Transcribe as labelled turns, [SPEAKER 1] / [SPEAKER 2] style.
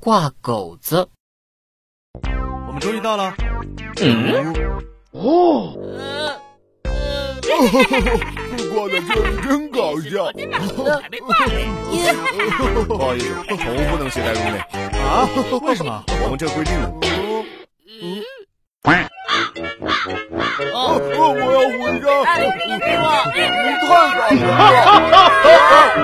[SPEAKER 1] 挂狗子。
[SPEAKER 2] 我们终于到了。
[SPEAKER 1] 嗯
[SPEAKER 3] 哦，
[SPEAKER 4] 不挂的就是真搞笑。
[SPEAKER 3] 还没挂嘞。
[SPEAKER 4] 不好意思，宠物不能携带入内，
[SPEAKER 2] 哎啊？为什么？
[SPEAKER 4] 我们这规定的。
[SPEAKER 3] 哦，
[SPEAKER 4] 我要回家，
[SPEAKER 3] 哎，别追我！
[SPEAKER 4] 太搞笑了。